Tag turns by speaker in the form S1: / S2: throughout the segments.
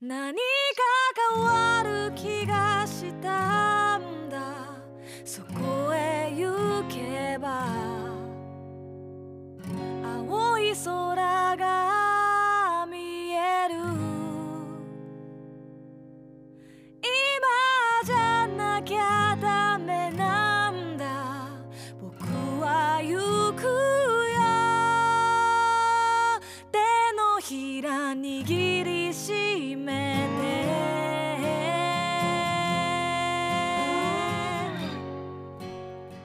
S1: 何か変わる気がしたんだそこへ行けば青い空が見える今じゃなきゃダメなんだ僕は行くよ手のひら握りしめて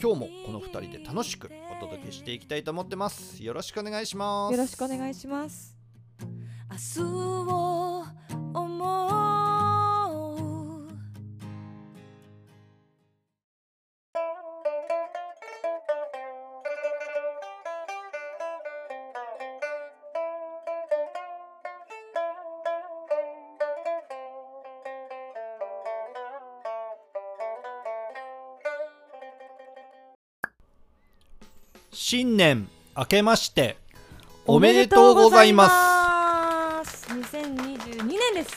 S2: 今日もこの2人で楽しくお届けしていきたいと思ってますよろしくお願いします
S3: よろしくお願いします。
S1: 明日を思う
S2: 新年明けましておめでとうございます
S3: す。2022年です。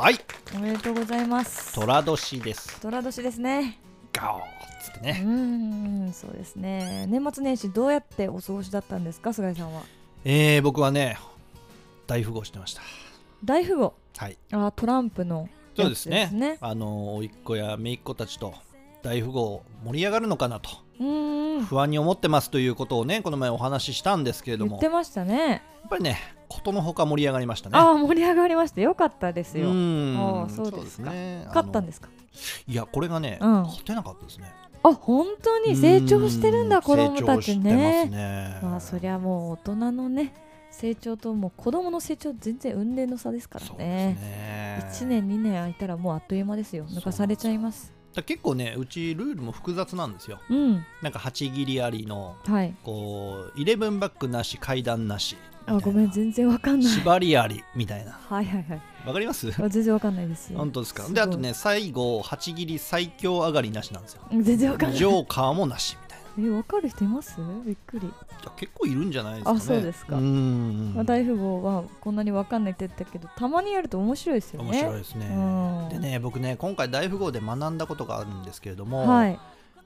S2: はい
S3: おめでとうございます。
S2: 寅年です
S3: 虎年ですね。
S2: ガオーっつって
S3: う
S2: ね
S3: ーん、そうですね。年末年始どうやってお過ごしだったんですか、菅井さんは。
S2: えー、僕はね大富豪してました
S3: 大富豪、
S2: はい
S3: あ、トランプのや
S2: そう
S3: つ
S2: で
S3: ですす
S2: ね
S3: ね。
S2: あの甥っ子や姪っ子たちと大富豪盛り上がるのかなと
S3: うーん。
S2: 不安に思ってますということをねこの前お話ししたんですけれど
S3: 言
S2: も
S3: って
S2: やっ
S3: ましたね。
S2: ぱりねことのほか盛り上がりましたね
S3: あー、盛り上がりました。よかったです
S2: う
S3: よ。
S2: ー
S3: あ
S2: ん
S3: ーそうですか
S2: ね
S3: 勝ったん
S2: す
S3: ですか。
S2: いやこれがね、
S3: うん
S2: 勝てなかったですね
S3: あ、本当に成長してるん
S2: う
S3: だ、
S2: ー
S3: 子供たちね。
S2: 成長してますね
S3: まあそりゃもう大人のね成長ともう子供の成長全然運命の差ですから
S2: そうです
S3: ね
S2: ね
S3: 一1年2年空いたらもうあっという間ですよ抜かされちゃいます
S2: だ結構ねうちルールも複雑なんですよ
S3: うん
S2: なんか8切りありの
S3: はい
S2: こう11バックなし階段なし
S3: あごめん全然わかんない
S2: 縛りありみたいな
S3: はいはいはい
S2: わかります
S3: あ全然わかんないです
S2: 本当ですか
S3: ごい
S2: であとね最後8切り最強上がりなしなんですよ
S3: うん全然わかんない
S2: ジョーカーもなしみたいな
S3: えわかる人いますびっくり、
S2: いや結構いるんじゃないですかね
S3: あそうですか
S2: うーん、
S3: まあ、大富豪はこんなにわかんないって言ったけどたまにやると面白いですよね
S2: 面白いですね
S3: うん
S2: でね僕ね今回大富豪で学んだことがあるんですけれども、
S3: はい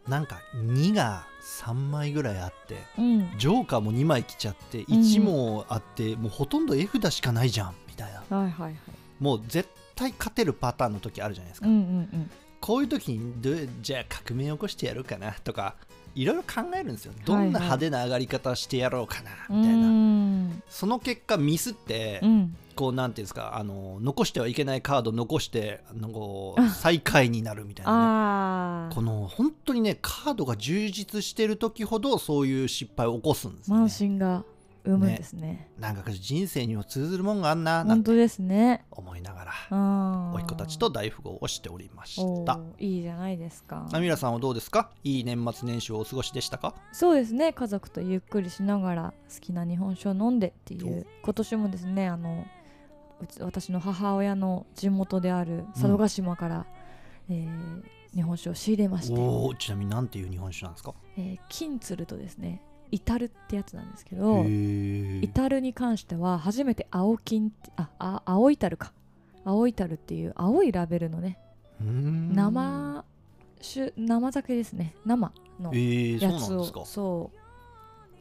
S2: なんか2が3枚ぐらいあって
S3: うん
S2: ジョーカーも2枚来ちゃって1もあって、もうほとんど絵札しかないじゃんみたいな
S3: はいはいはい
S2: もう絶対勝てるパターンの時あるじゃないです
S3: う
S2: か、
S3: んうん
S2: こういう時にどうじゃあ革命起こしてやるかなとかいろいろ考えるんですよどんな派手な上がり方してやろうかな
S3: う
S2: みたいな、
S3: ん
S2: その結果ミスって、
S3: うーん
S2: こうなんていうんですかあの残してはいけないカード残してあのこう
S3: あ
S2: 最下位になるみたいなね、
S3: ああ
S2: この本当にねカードが充実してる時ほどそういう失敗を起こすんですよ
S3: 慢
S2: ね
S3: 心が生むんですね
S2: なんか人生にも通ずるもんがあんなな
S3: 本
S2: んて
S3: 当ですね。
S2: 思いながら
S3: お
S2: おいっ子たちと大富豪をしておりました
S3: おーいいじゃないですか。
S2: ナミラさんはどうですかいい年末年始をお過ごしでしたか
S3: そうですね家族とゆっくりしながら好きな日本酒を飲んでっていう今年もですねあのうち私の母親の地元である佐渡島から、えー日本酒を仕入れまして、
S2: おおちなみになんていう日本酒なんですか
S3: えー金鶴とですね至るってやつなんですけ
S2: へ
S3: ど
S2: ー
S3: 至るに関しては初めて青金ってああ青至るか青至るっていう青いラベルのね
S2: うーん
S3: 生酒生酒ですね生の
S2: えー、
S3: や
S2: そう
S3: つ
S2: なん
S3: を
S2: ですか
S3: そう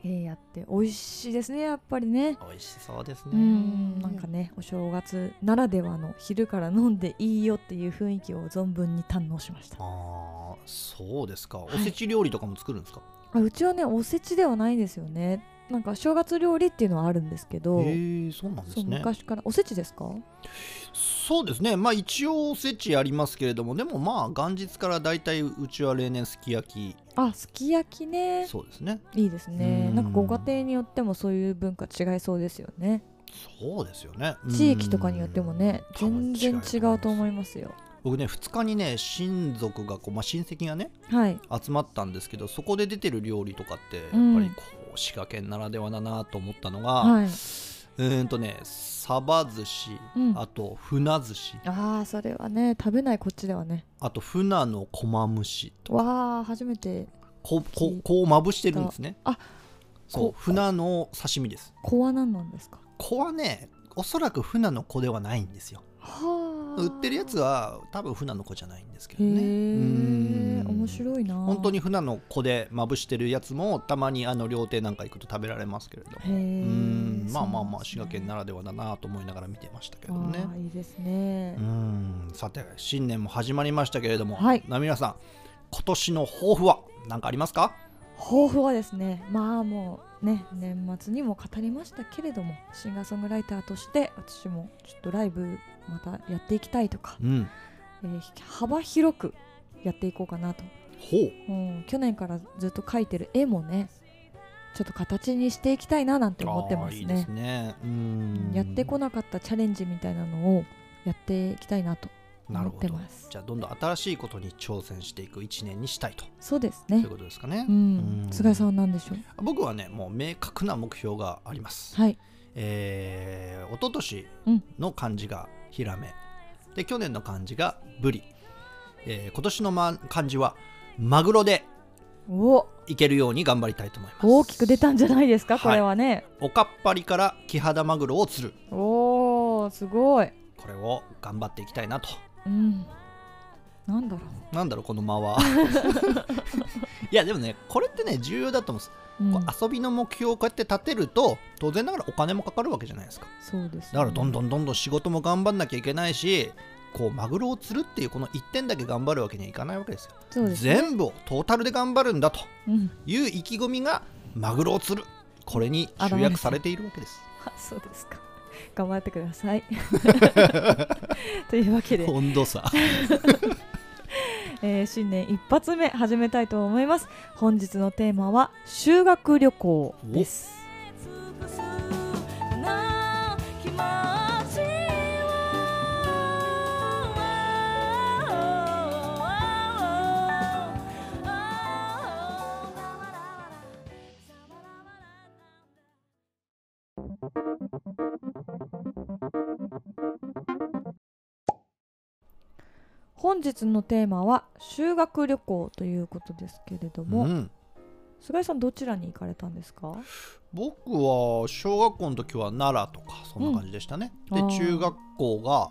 S3: えーやって美味しいですねやっぱりね
S2: 美味しそうですね
S3: うんなんかねお正月ならではの昼から飲んでいいよっていう雰囲気を存分に堪能しました
S2: あーそうですかおせち料理とかも作るんですか、
S3: あうちはねおせちではないんですよねなんか正月料理っていうのはあるんですけど、
S2: へえそうなんで
S3: そう
S2: すね
S3: 昔からおせちですか
S2: そうですねまあ一応おせちありますけれどもでもまあ元日からだいたいうちは例年すき焼
S3: あすき焼き
S2: き
S3: ね
S2: そうですね
S3: いいです
S2: う
S3: ね
S2: ん
S3: なんかご家庭によってもそういう文化違いそうですよね
S2: そうですよね
S3: 地域とかによってもね
S2: うん
S3: 全然違うと思いますよ
S2: 僕ね2日にね親族がこう、まあ、親戚がね
S3: はい
S2: 集まったんですけどそこで出てる料理とかってやっぱ
S3: うん
S2: りこう滋賀県ならではだなと思ったのが、
S3: はい、
S2: うーんとねサバ寿司、
S3: うん、あ
S2: あと船寿司
S3: あーそれはね食べないこっちではね
S2: あと船のこまむしと
S3: わあ初めて
S2: こうこうこうまぶしてるんですね
S3: あ
S2: そう
S3: こ
S2: 船の刺身です
S3: コアなんなんですか
S2: 子はねおそらく船の子ではないんですよ
S3: はあ
S2: 売ってるやつは多分船の子じゃないんですけど
S3: へ
S2: ね
S3: え
S2: うん
S3: 面白いな
S2: 本当に船の子でまぶしてるやつもたまにあの料亭なんか行くと食べられますけれども
S3: へえ
S2: うんまあまあまあ滋賀県ならではだなと思いながら見てましたけどね
S3: ああいいですね
S2: うんさて新年も始まりましたけれども、
S3: はい
S2: なみなさん今年の抱負は何かありますか
S3: 抱負はですねまあもうね年末にも語りましたけれどもシンガーソングライターとして私もちょっとライブまたやっていきたいとか、
S2: うん
S3: えー幅広くやっていこうかなと、
S2: ほう
S3: うん、去年からずっと描いてる絵もねちょっと形にしていきたいななんて思ってます
S2: あーいい
S3: ね
S2: ですねうん
S3: やってこなかったチャレンジみたいなのをやっていきたいなと
S2: なる
S3: 思っ
S2: ほ
S3: て
S2: ど
S3: ます
S2: じゃあどんどん新しいことに挑戦していく1年にしたいと
S3: そうです
S2: とい
S3: ね
S2: うことですかね
S3: う、
S2: う
S3: ん
S2: ん
S3: 菅井さんは何でしょう
S2: 僕はねもう明確な目標があります、
S3: はい
S2: えー、一昨年
S3: うん
S2: の漢字がヒラメで去年の漢字がブリ、えー今年の、ま、漢字はマグロで
S3: お
S2: いけるように頑張りたいと思います
S3: 大きく出たんじゃないですか、
S2: はい
S3: これはね
S2: おかっぱりからキハダマグロを釣る
S3: おーすごい
S2: これを頑張っていきたいなと
S3: うんなんだろ
S2: なんだろうこの間 はいやでもねこれってね重要だと思
S3: う、
S2: うんです、
S3: うん
S2: こう遊びの目標をこうやって立てると当然ながらお金もかかるわけじゃないですか
S3: そうですね、
S2: だからどんどんどんどん仕事も頑張んなきゃいけないしこうマグロを釣るっていうこの1点だけ頑張るわけにはいかないわけですよ
S3: そうですね
S2: 全部をトータルで頑張るんだと
S3: うん
S2: いう意気込みがマグロを釣るこれに集約されているわ けです
S3: あそうですか頑張ってくだ さいというわけで、
S2: 温度差
S3: えー新年一発目始めたいと思います本日のテーマは修学旅行です
S1: 尽くすこの気持ちを
S3: 本日のテーマは修学旅行ということですけれど
S2: う
S3: も、
S2: ん
S3: 菅井さんどちらに行かれたんですか
S2: 僕は小学校の時は奈良とかそんな感じでしたね、
S3: うんあ
S2: で
S3: ー
S2: 中学校が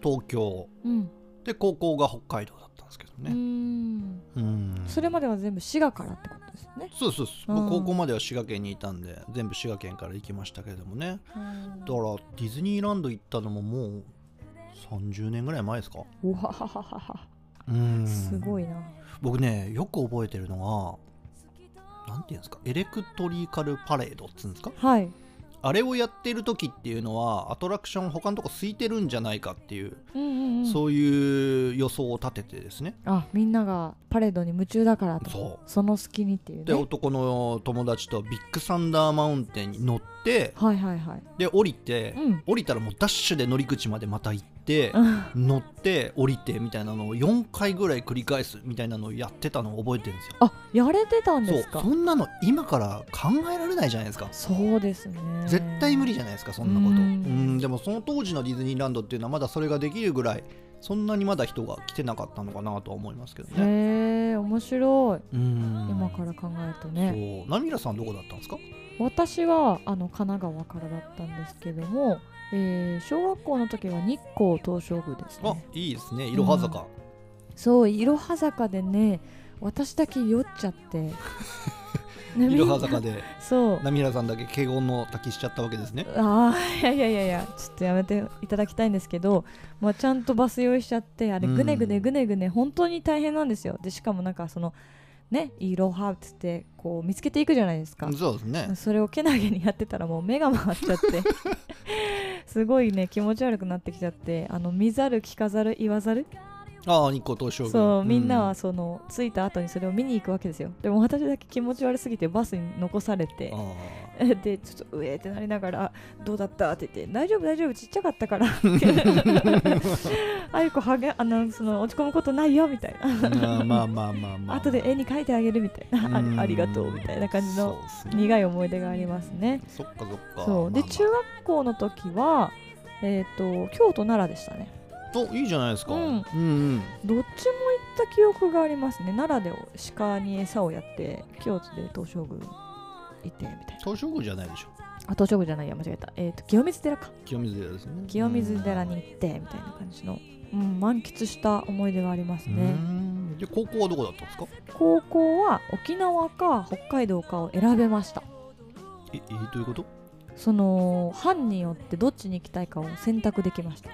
S2: 東京
S3: うん、
S2: で高校が北海道だったんですけど
S3: うー
S2: ね
S3: ん
S2: うん
S3: それまでは全部滋賀からってことですね
S2: そうそうそう、
S3: うん
S2: 僕高校までは滋賀県にいたんで全部滋賀県から行きましたけれどもねだからディズニーランド行ったのももう30年ぐらい前ですか
S3: うわはははは
S2: うん
S3: すごいな
S2: 僕ねよく覚えてるのがなんていうんですかエレクトリカルパレードっつうんですか
S3: はい
S2: あれをやってる時っていうのはアトラクション他のとこ空いてるんじゃないかっていう、
S3: うんうんうん
S2: そういう予想を立ててですね
S3: あみんながパレードに夢中だからと
S2: そ
S3: の隙にっていう
S2: う
S3: ね
S2: で男の友達とビッグサンダーマウンテンに乗って
S3: はいはいはい
S2: で降りて、
S3: うん
S2: 降りたらもうダッシュで乗り口までまた行って、
S3: あ
S2: 乗って降りてみたいなのを4回ぐらい繰り返すみたいなのをやってたのを覚えてるんですよ
S3: あやれてたんです
S2: そう
S3: か
S2: そんなの今から考えられないじゃないですか
S3: そうですね
S2: 絶対無理じゃないですかそんなこと
S3: う
S2: う
S3: んん
S2: でもその当時のディズニーランドっていうのはまだそれができるぐらいそんなにまだ人が来てなかったのかなとは思いますけどね
S3: へえ面白い
S2: うん
S3: 今から考えるとね
S2: そうナミラさんどこだったんですか
S3: 私はあの神奈川からだったんですけども、えー小学校の時は日光東照宮です
S2: あ
S3: ね
S2: いいですねいろは坂、
S3: そういろは坂でね私だけ酔っちゃってね
S2: いろは
S3: みん
S2: 坂
S3: な
S2: で
S3: そう
S2: ナミラさんだけ敬語の滝しちゃったわけですね
S3: あーいやいやいやいやちょっとやめていただきたいんですけど、まあ、ちゃんとバス用意しちゃってあれ
S2: うん
S3: ぐねぐねぐねぐね本当に大変なんですよでしかもなんかそのねいろはっつってこう見つけていくじゃないですか
S2: そうですね
S3: それをけなげにやってたらもう目が回っちゃって すごいね気持ち悪くなってきちゃってあの見ざる聞かざる言わざる
S2: ああ日光東照宮
S3: そうみんな
S2: う
S3: はその着いた後にそれを見に行くわけですよでも私だけ気持ち悪すぎてバスに残されて
S2: ああ
S3: でちょっとうえーってなりながらどうだったって言って大丈夫大丈夫ちっちゃかったから あゆこはげあのその落ち込むことないよみたいな
S2: まあまあまあまあ、まあ、
S3: 後で絵に描いてあげるみたいな
S2: うん
S3: あありがとうみたいな感じの
S2: そうっすね
S3: 苦い思い出がありますね
S2: そっかそっか
S3: そうで
S2: まあまあ
S3: 中学校の時はえっ、と京都奈良でしたね
S2: おいいじゃないですか、
S3: うん
S2: うんうん
S3: どっちも行った記憶がありますね奈良で鹿に餌をやって京都で東照宮行ってみたいな
S2: 東照宮じゃないでしょ
S3: あ東照宮じゃないや間違えた、えー、と清水寺か
S2: 清水寺ですね
S3: 清水寺に行ってみたいな感じの、うん、満喫した思い出があります
S2: うん
S3: ね、
S2: うんで高校はどこだったんですか
S3: 高校は沖縄か北海道かを選べました
S2: ええどういうこと
S3: その班によってどっちに行きたいかを選択できました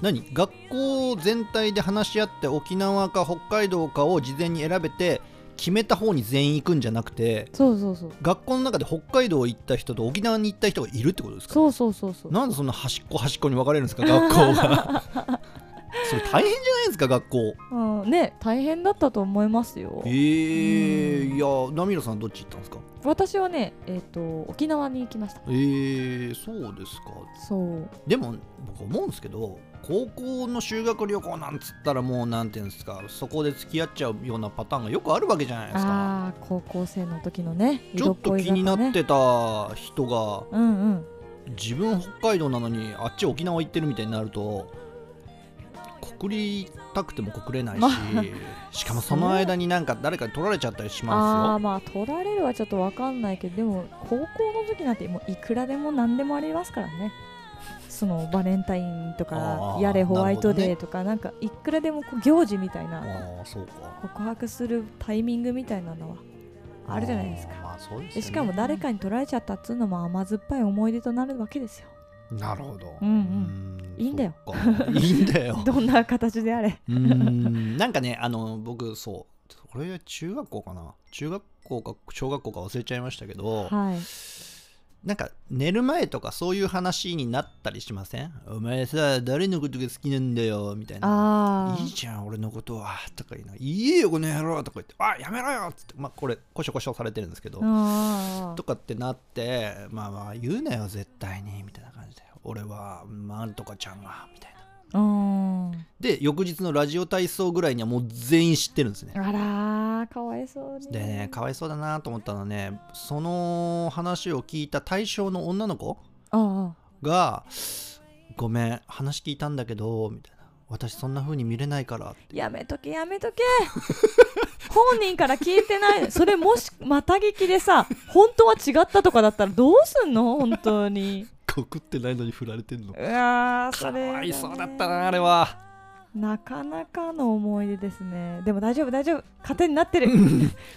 S2: 何学校全体で話し合って沖縄か北海道かを事前に選べて決めた方に全員行くんじゃなくて
S3: そうそうそう
S2: 学校の中で北海道行った人と沖縄に行った人がいるってことですか
S3: そうそうそうそう
S2: なんでそんな端っこ端っこに分かれるんですか学校 がそれ大変じゃないですか学校
S3: うん、ね大変だったと思いますよ
S2: えー、
S3: うん
S2: いやナミラさんどっち行ったんですか
S3: 私はねえっ、と沖縄に行きました
S2: えー、そうですか
S3: そう
S2: でも僕思うんですけど高校の修学旅行なんつったらもうなんていうんですかそこで付き合っちゃうようなパターンがよくあるわけじゃないですか
S3: ああー高校生の時のね
S2: ちょっと
S3: 色恋
S2: 気
S3: 沙汰ね
S2: になってた人が
S3: うんうん
S2: 自分北海道なのにあっち沖縄行ってるみたいになると告りたくても告れないし、
S3: まあ
S2: しかもその間になんか誰かに取られちゃったりし
S3: ああー
S2: ま
S3: まあ取られるはちょっと分かんないけどでも高校の時なんてもういくらでも何でもありますからねそのバレンタインと
S2: あ
S3: か
S2: ー
S3: やれホワイト
S2: な
S3: デ
S2: る
S3: ーとかなんかいくらでもこう行事みたい
S2: すよ
S3: な
S2: ああそうか
S3: 告白するタイミングみたいなのはあるじゃないですか
S2: あーまあそうで
S3: で
S2: すよね
S3: しかも誰かに取られちゃったっつうのも甘酸っぱい思い出となるわけですよ
S2: なるほど
S3: うん
S2: う
S3: いいんだよ
S2: そっかいいんだよ
S3: どんな形であれ
S2: うーんなんかねあの僕そうこれ中学校かな中学校か小学校か忘れちゃいましたけど、
S3: はい
S2: なんか寝る前とかそういう話になったりしませんお前さ誰のことが好きなんだよみたいな
S3: あ
S2: いいじゃん俺のことはとか言いな言えよこの野郎とか言ってあやめろよっつってまあこれこしょこしょされてるんですけど、
S3: ーあ
S2: とかってなってまあまあ言うなよ絶対にみたいな感じで俺はなんとかちゃんがみたい
S3: ー
S2: な
S3: うん
S2: で翌日のラジオ体操ぐらいにはもう全員知ってるんですね
S3: あらーかわいそうに
S2: でねかわいそうだなと思ったのはねその話を聞いた対象の女の子
S3: あー
S2: が「ごめん話聞いたんだけど」みたいな「私そんな風に見れないから」って
S3: やめとけやめとけ 本人から聞いてないそれもしまた聞きでさ本当は違ったとかだったらどうすんの本当に
S2: 告ってないのに振られてん の
S3: うわーそ
S2: か
S3: れ
S2: わいそうだった
S3: ね
S2: なあれは
S3: なかなかの思い出ですねでも大丈夫大丈夫糧にな ってる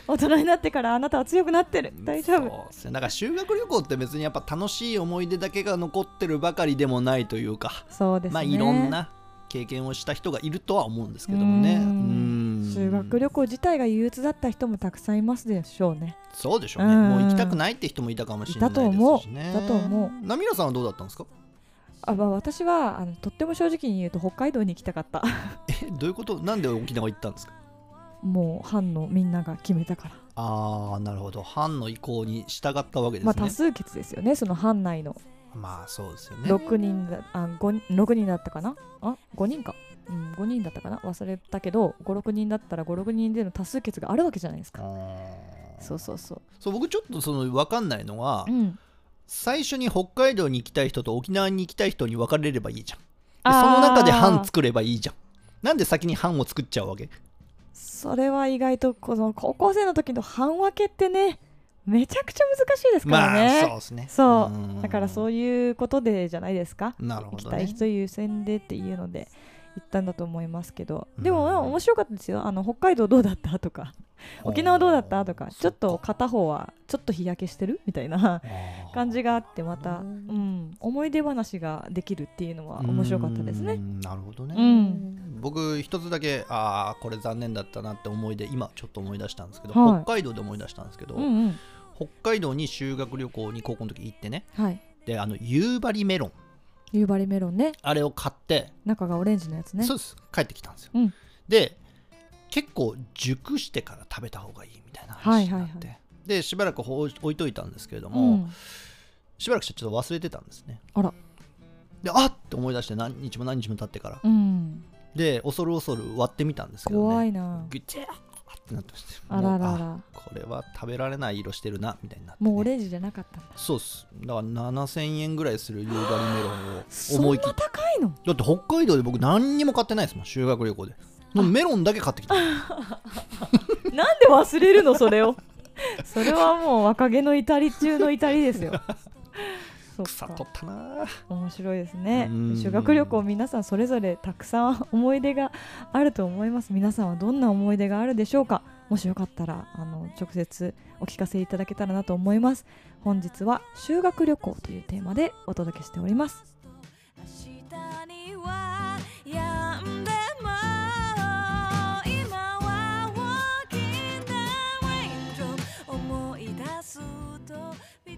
S3: 大人になってからあなたは強くなってる大丈夫
S2: そうっすねだから修学旅行って別にやっぱ楽しい思い出だけが残ってるばかりでもないというか
S3: そうですね
S2: まあいろんな経験をした人がいるとは思うんですけどもね
S3: うー
S2: うん
S3: 修学旅行自体が憂鬱だった人もたくさんいますでしょうね
S2: そうでしょうね、
S3: うん
S2: もう行きたくないって人もいたかもしれない
S3: い
S2: で
S3: たと思う
S2: すしね
S3: だと思
S2: うナミラさんはどうだったんですか
S3: あ、まあ、私はあのとっても正直に言うと北海道に行きたかった
S2: えどういうことなんで沖縄行ったんですか
S3: もう班のみんなが決めたから
S2: ああなるほど藩の意向に従ったわけです
S3: ま
S2: ね
S3: あ多数決ですよねその班内の
S2: まあそうですよね
S3: 6人だあ5 6人だったかなあ5人か、うん、5人だったかな忘れたけど56人だったら56人での多数決があるわけじゃないです
S2: あ
S3: か
S2: ー
S3: そうそうそう
S2: そう僕ちょっとその分かんないのは、
S3: うん
S2: 最初に北海道に行きたい人と沖縄に行きたい人に分かれればいいじゃんで
S3: あー
S2: その中で藩作ればいいじゃんなんで先に藩を作っちゃうわけ
S3: それは意外とこの高校生の時の班分けってねめちゃくちゃ難しいですから
S2: まあそう
S3: ね、
S2: ですね
S3: そう
S2: うん
S3: だからそういうことでじゃないですか
S2: なるほ
S3: 行き
S2: ど、
S3: たい
S2: ね、
S3: 人優先でっていうので行ったんだと思いますけど
S2: うん
S3: でも面白かったですよあの北海道どうだったとか沖縄どうだったとかちょっと片方はちょっと日焼けしてるみたいな 感じがあってまた、
S2: う
S3: うんん、思い出話ができるっていうのは面白かったです
S2: うー
S3: ね。
S2: んなるほどね、
S3: うん
S2: 僕一つだけああこれ残念だったなって思い出今ちょっと思い出したんですけど、
S3: はい
S2: 北海道で思い出したんですけど、
S3: うんうん
S2: 北海道に修学旅行に高校の時行ってね
S3: はい、
S2: であの夕張メロン
S3: 夕張メロンね
S2: あれを買って、
S3: 中がオレンジのやつね
S2: そうです帰ってきたんですよ、
S3: うん
S2: で結構熟してから食べた方がいいみたいな話にな
S3: は
S2: って、
S3: いはいは
S2: でしばらく放置置いといたんですけれど
S3: う
S2: も、
S3: ん、
S2: しばらくしてちょっと忘れてたんですね
S3: あら
S2: であっって思い出して何日も何日も経ってから、
S3: うん、
S2: で恐る恐る割ってみたんですけどね
S3: 怖いな
S2: ぐちゃーってなってました
S3: あらら
S2: もう
S3: ら
S2: これは食べられない色してるなみたいになって、ね、
S3: もうオレンジじゃなかったんだ
S2: そうっすだから7000円ぐらいする夕張メロンを
S3: そん
S2: 思い
S3: な
S2: 切って
S3: 高いの
S2: だって北海道で僕何にも買ってないですもん修学旅行ででもメロンだけ買ってきた
S3: なんで忘れるのそれを それはもう若気の至り中の至りですよ そ
S2: 草
S3: っ
S2: 取
S3: か
S2: ったなぁ
S3: 面白いですね
S2: うん
S3: 修学旅行皆さんそれぞれたくさん 思い出があると思います皆さんはどんな思い出があるでしょうかもしよかったらあの直接お聞かせいただけたらなと思います本日は修学旅行というテーマでお届けしております
S1: 明日にはやんでも今は Walking the Raindrop 思い出すと Between the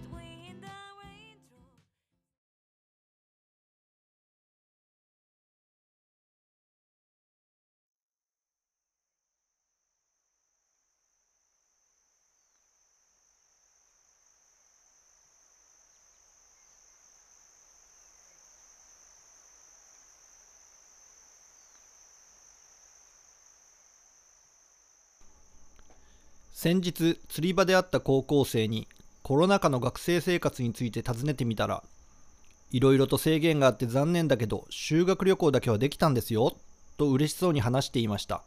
S1: Raindrop
S2: 「先日釣り場で会った高校生にコロナ禍の学生生活について尋ねてみたらいろいろと制限があって残念だけど修学旅行だけはできたんですよ」と嬉しそうに話していました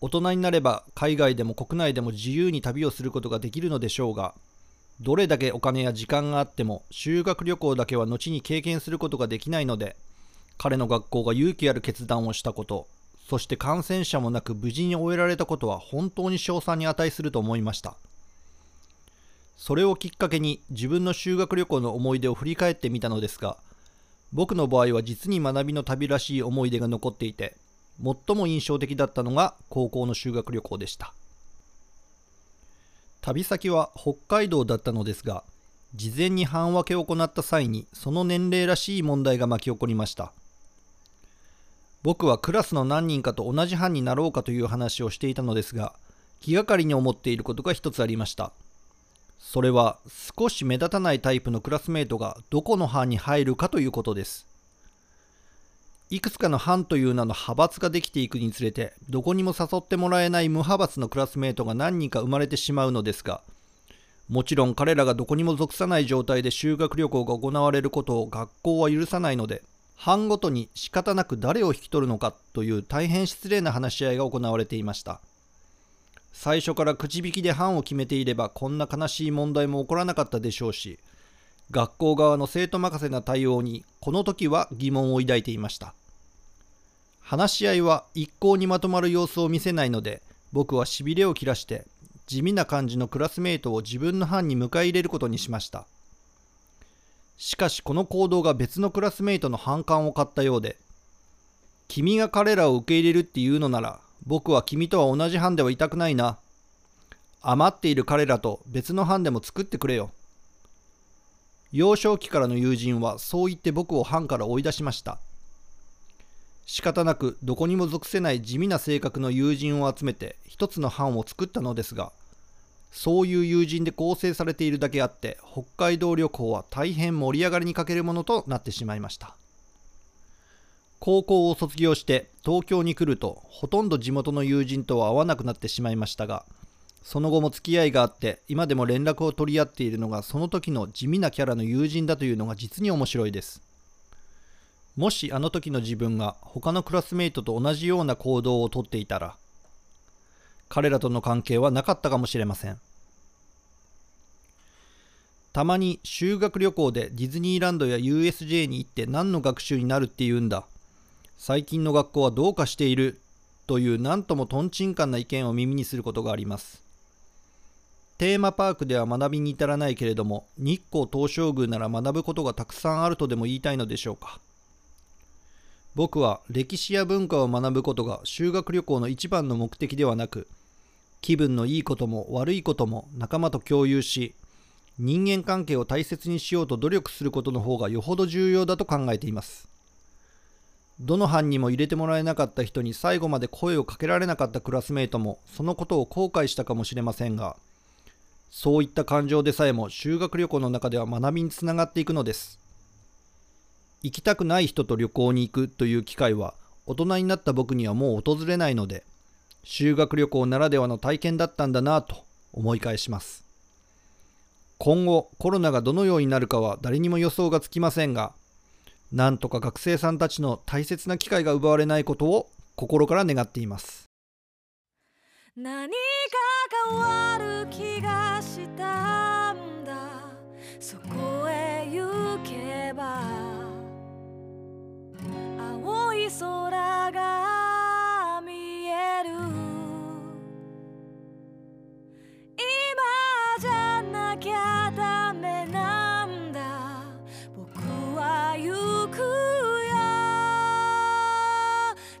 S2: 大人になれば海外でも国内でも自由に旅をすることができるのでしょうがどれだけお金や時間があっても修学旅行だけは後に経験することができないので彼の学校が勇気ある決断をしたことそして感染者もなく無事に終えられたことは本当に称賛に値すると思いましたそれをきっかけに自分の修学旅行の思い出を振り返ってみたのですが僕の場合は実に学びの旅らしい思い出が残っていて最も印象的だったのが高校の修学旅行でした旅先は北海道だったのですが事前に半分けを行った際にその年齢らしい問題が巻き起こりました僕はクラスの何人かと同じ班になろうかという話をしていたのですが気がかりに思っていることが一つありましたそれは少し目立たないタイプのクラスメートがどこの班に入るかということですいくつかの班という名の派閥ができていくにつれてどこにも誘ってもらえない無派閥のクラスメートが何人か生まれてしまうのですがもちろん彼らがどこにも属さない状態で修学旅行が行われることを学校は許さないので班ごとに仕方なく誰を引き取るのかという大変失礼な話し合いが行われていました最初からくじ引きで班を決めていればこんな悲しい問題も起こらなかったでしょうし学校側の生徒任せな対応にこの時は疑問を抱いていました話し合いは一向にまとまる様子を見せないので僕はしびれを切らして地味な感じのクラスメートを自分の班に迎え入れることにしましたしかしこの行動が別のクラスメイトの反感を買ったようで君が彼らを受け入れるっていうのなら僕は君とは同じ班ではいたくないな余っている彼らと別の班でも作ってくれよ幼少期からの友人はそう言って僕を班から追い出しました仕方なくどこにも属せない地味な性格の友人を集めて一つの班を作ったのですがそういう友人で構成されているだけあって北海道旅行は大変盛り上がりに欠けるものとなってしまいました高校を卒業して東京に来るとほとんど地元の友人とは会わなくなってしまいましたがその後も付き合いがあって今でも連絡を取り合っているのがその時の地味なキャラの友人だというのが実に面白いですもしあの時の自分が他のクラスメイトと同じような行動をとっていたら彼らとの関係はなかったかもしれませんたまに修学旅行でディズニーランドや USJ に行って何の学習になるって言うんだ最近の学校はどうかしているという何ともとんちんかんな意見を耳にすることがありますテーマパークでは学びに至らないけれども日光東照宮なら学ぶことがたくさんあるとでも言いたいのでしょうか僕は歴史や文化を学ぶことが修学旅行の一番の目的ではなく気分のいいことも悪いことも仲間と共有し人間関係を大切にしようと努力することの方がよほど重要だと考えていますどの班にも入れてもらえなかった人に最後まで声をかけられなかったクラスメートもそのことを後悔したかもしれませんがそういった感情でさえも修学旅行の中では学びにつながっていくのです行きたくない人と旅行に行くという機会は大人になった僕にはもう訪れないので修学旅行ならではの体験だったんだなぁと思い返します今後コロナがどのようになるかは誰にも予想がつきませんがなんとか学生さんたちの大切な機会が奪われないことを心から願っています
S1: 何か変わる気がしたんだそこへ行けば青い空が見える今じゃなきゃダメなんだ僕は行くよ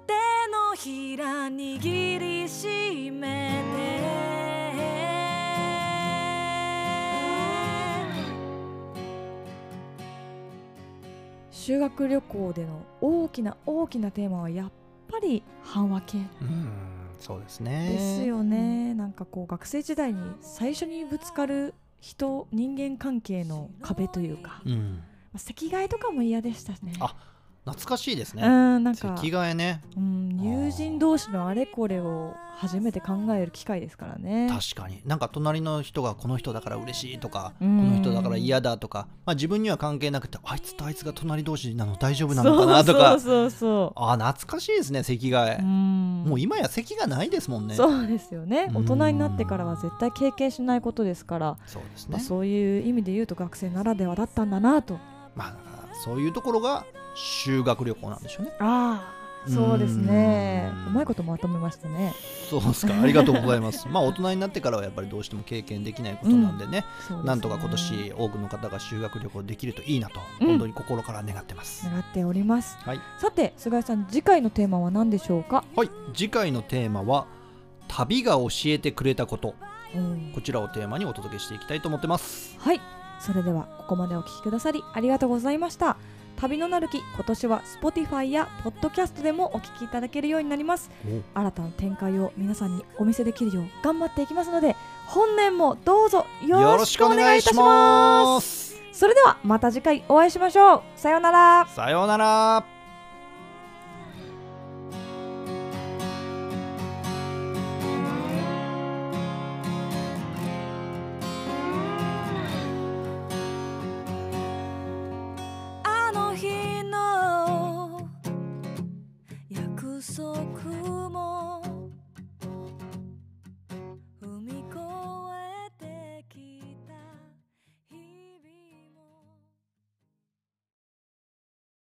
S1: 手のひら握りしめて
S3: 修学旅行での大きな大きなテーマはやっぱり半和系
S2: うんそうですね
S3: ですよね、なんかこう学生時代に最初にぶつかる人人間関係の壁というか、ま
S2: うん
S3: あ、席替えとかも嫌でしたしね
S2: あ懐かしいです
S3: う
S2: ね、
S3: んなんか、
S2: 席替えね
S3: うん、友人同士のあれこれを初めて考える機会ですからね
S2: 確かになんか隣の人がこの人だから嬉しいとかこ
S3: うん
S2: の人だから嫌だとか、まあ、自分には関係なくてあいつとあいつが隣同士なの大丈夫なのかなとか
S3: そうそうそう
S2: あ懐かしいですね席
S3: そ
S2: 替
S3: う
S2: え、
S3: ん
S2: もう今や席がないですもんね
S3: そうですよね
S2: うん
S3: 大人になってからは絶対経験しないことですから、
S2: そうです
S3: まあ
S2: ね
S3: そういう意味で言うと学生ならではだったんだなと
S2: まあだからそういうところが修学旅行なんでしょうね
S3: ああそうですね
S2: うん
S3: うまいことまとめましたね
S2: そうですかありがとうござい ますまあ大人になってからはやっぱりどうしても経験できないことなんでね、
S3: そうですね
S2: なんとか今年多くの方が修学旅行できるといいなと
S3: うん
S2: 本当に心から願ってます、
S3: 習っております、
S2: はい
S3: さて菅井さん次回のテーマは何でしょうか、
S2: はい次回のテーマは旅が教えてくれたこと
S3: うん
S2: こちらをテーマにお届けしていきたいと思ってます
S3: はいそれではここまでお聞きくださりありがとうございました旅のなる木今年は Spotify や Podcast でもお聞きいただけるようになります新たな展開を皆さんにお見せできるよう頑張っていきますので本年もどうぞよろしくお願いいたします
S2: す
S3: それではまた次回お会いしましょうさようなら
S2: さようなら
S1: あの日の約束も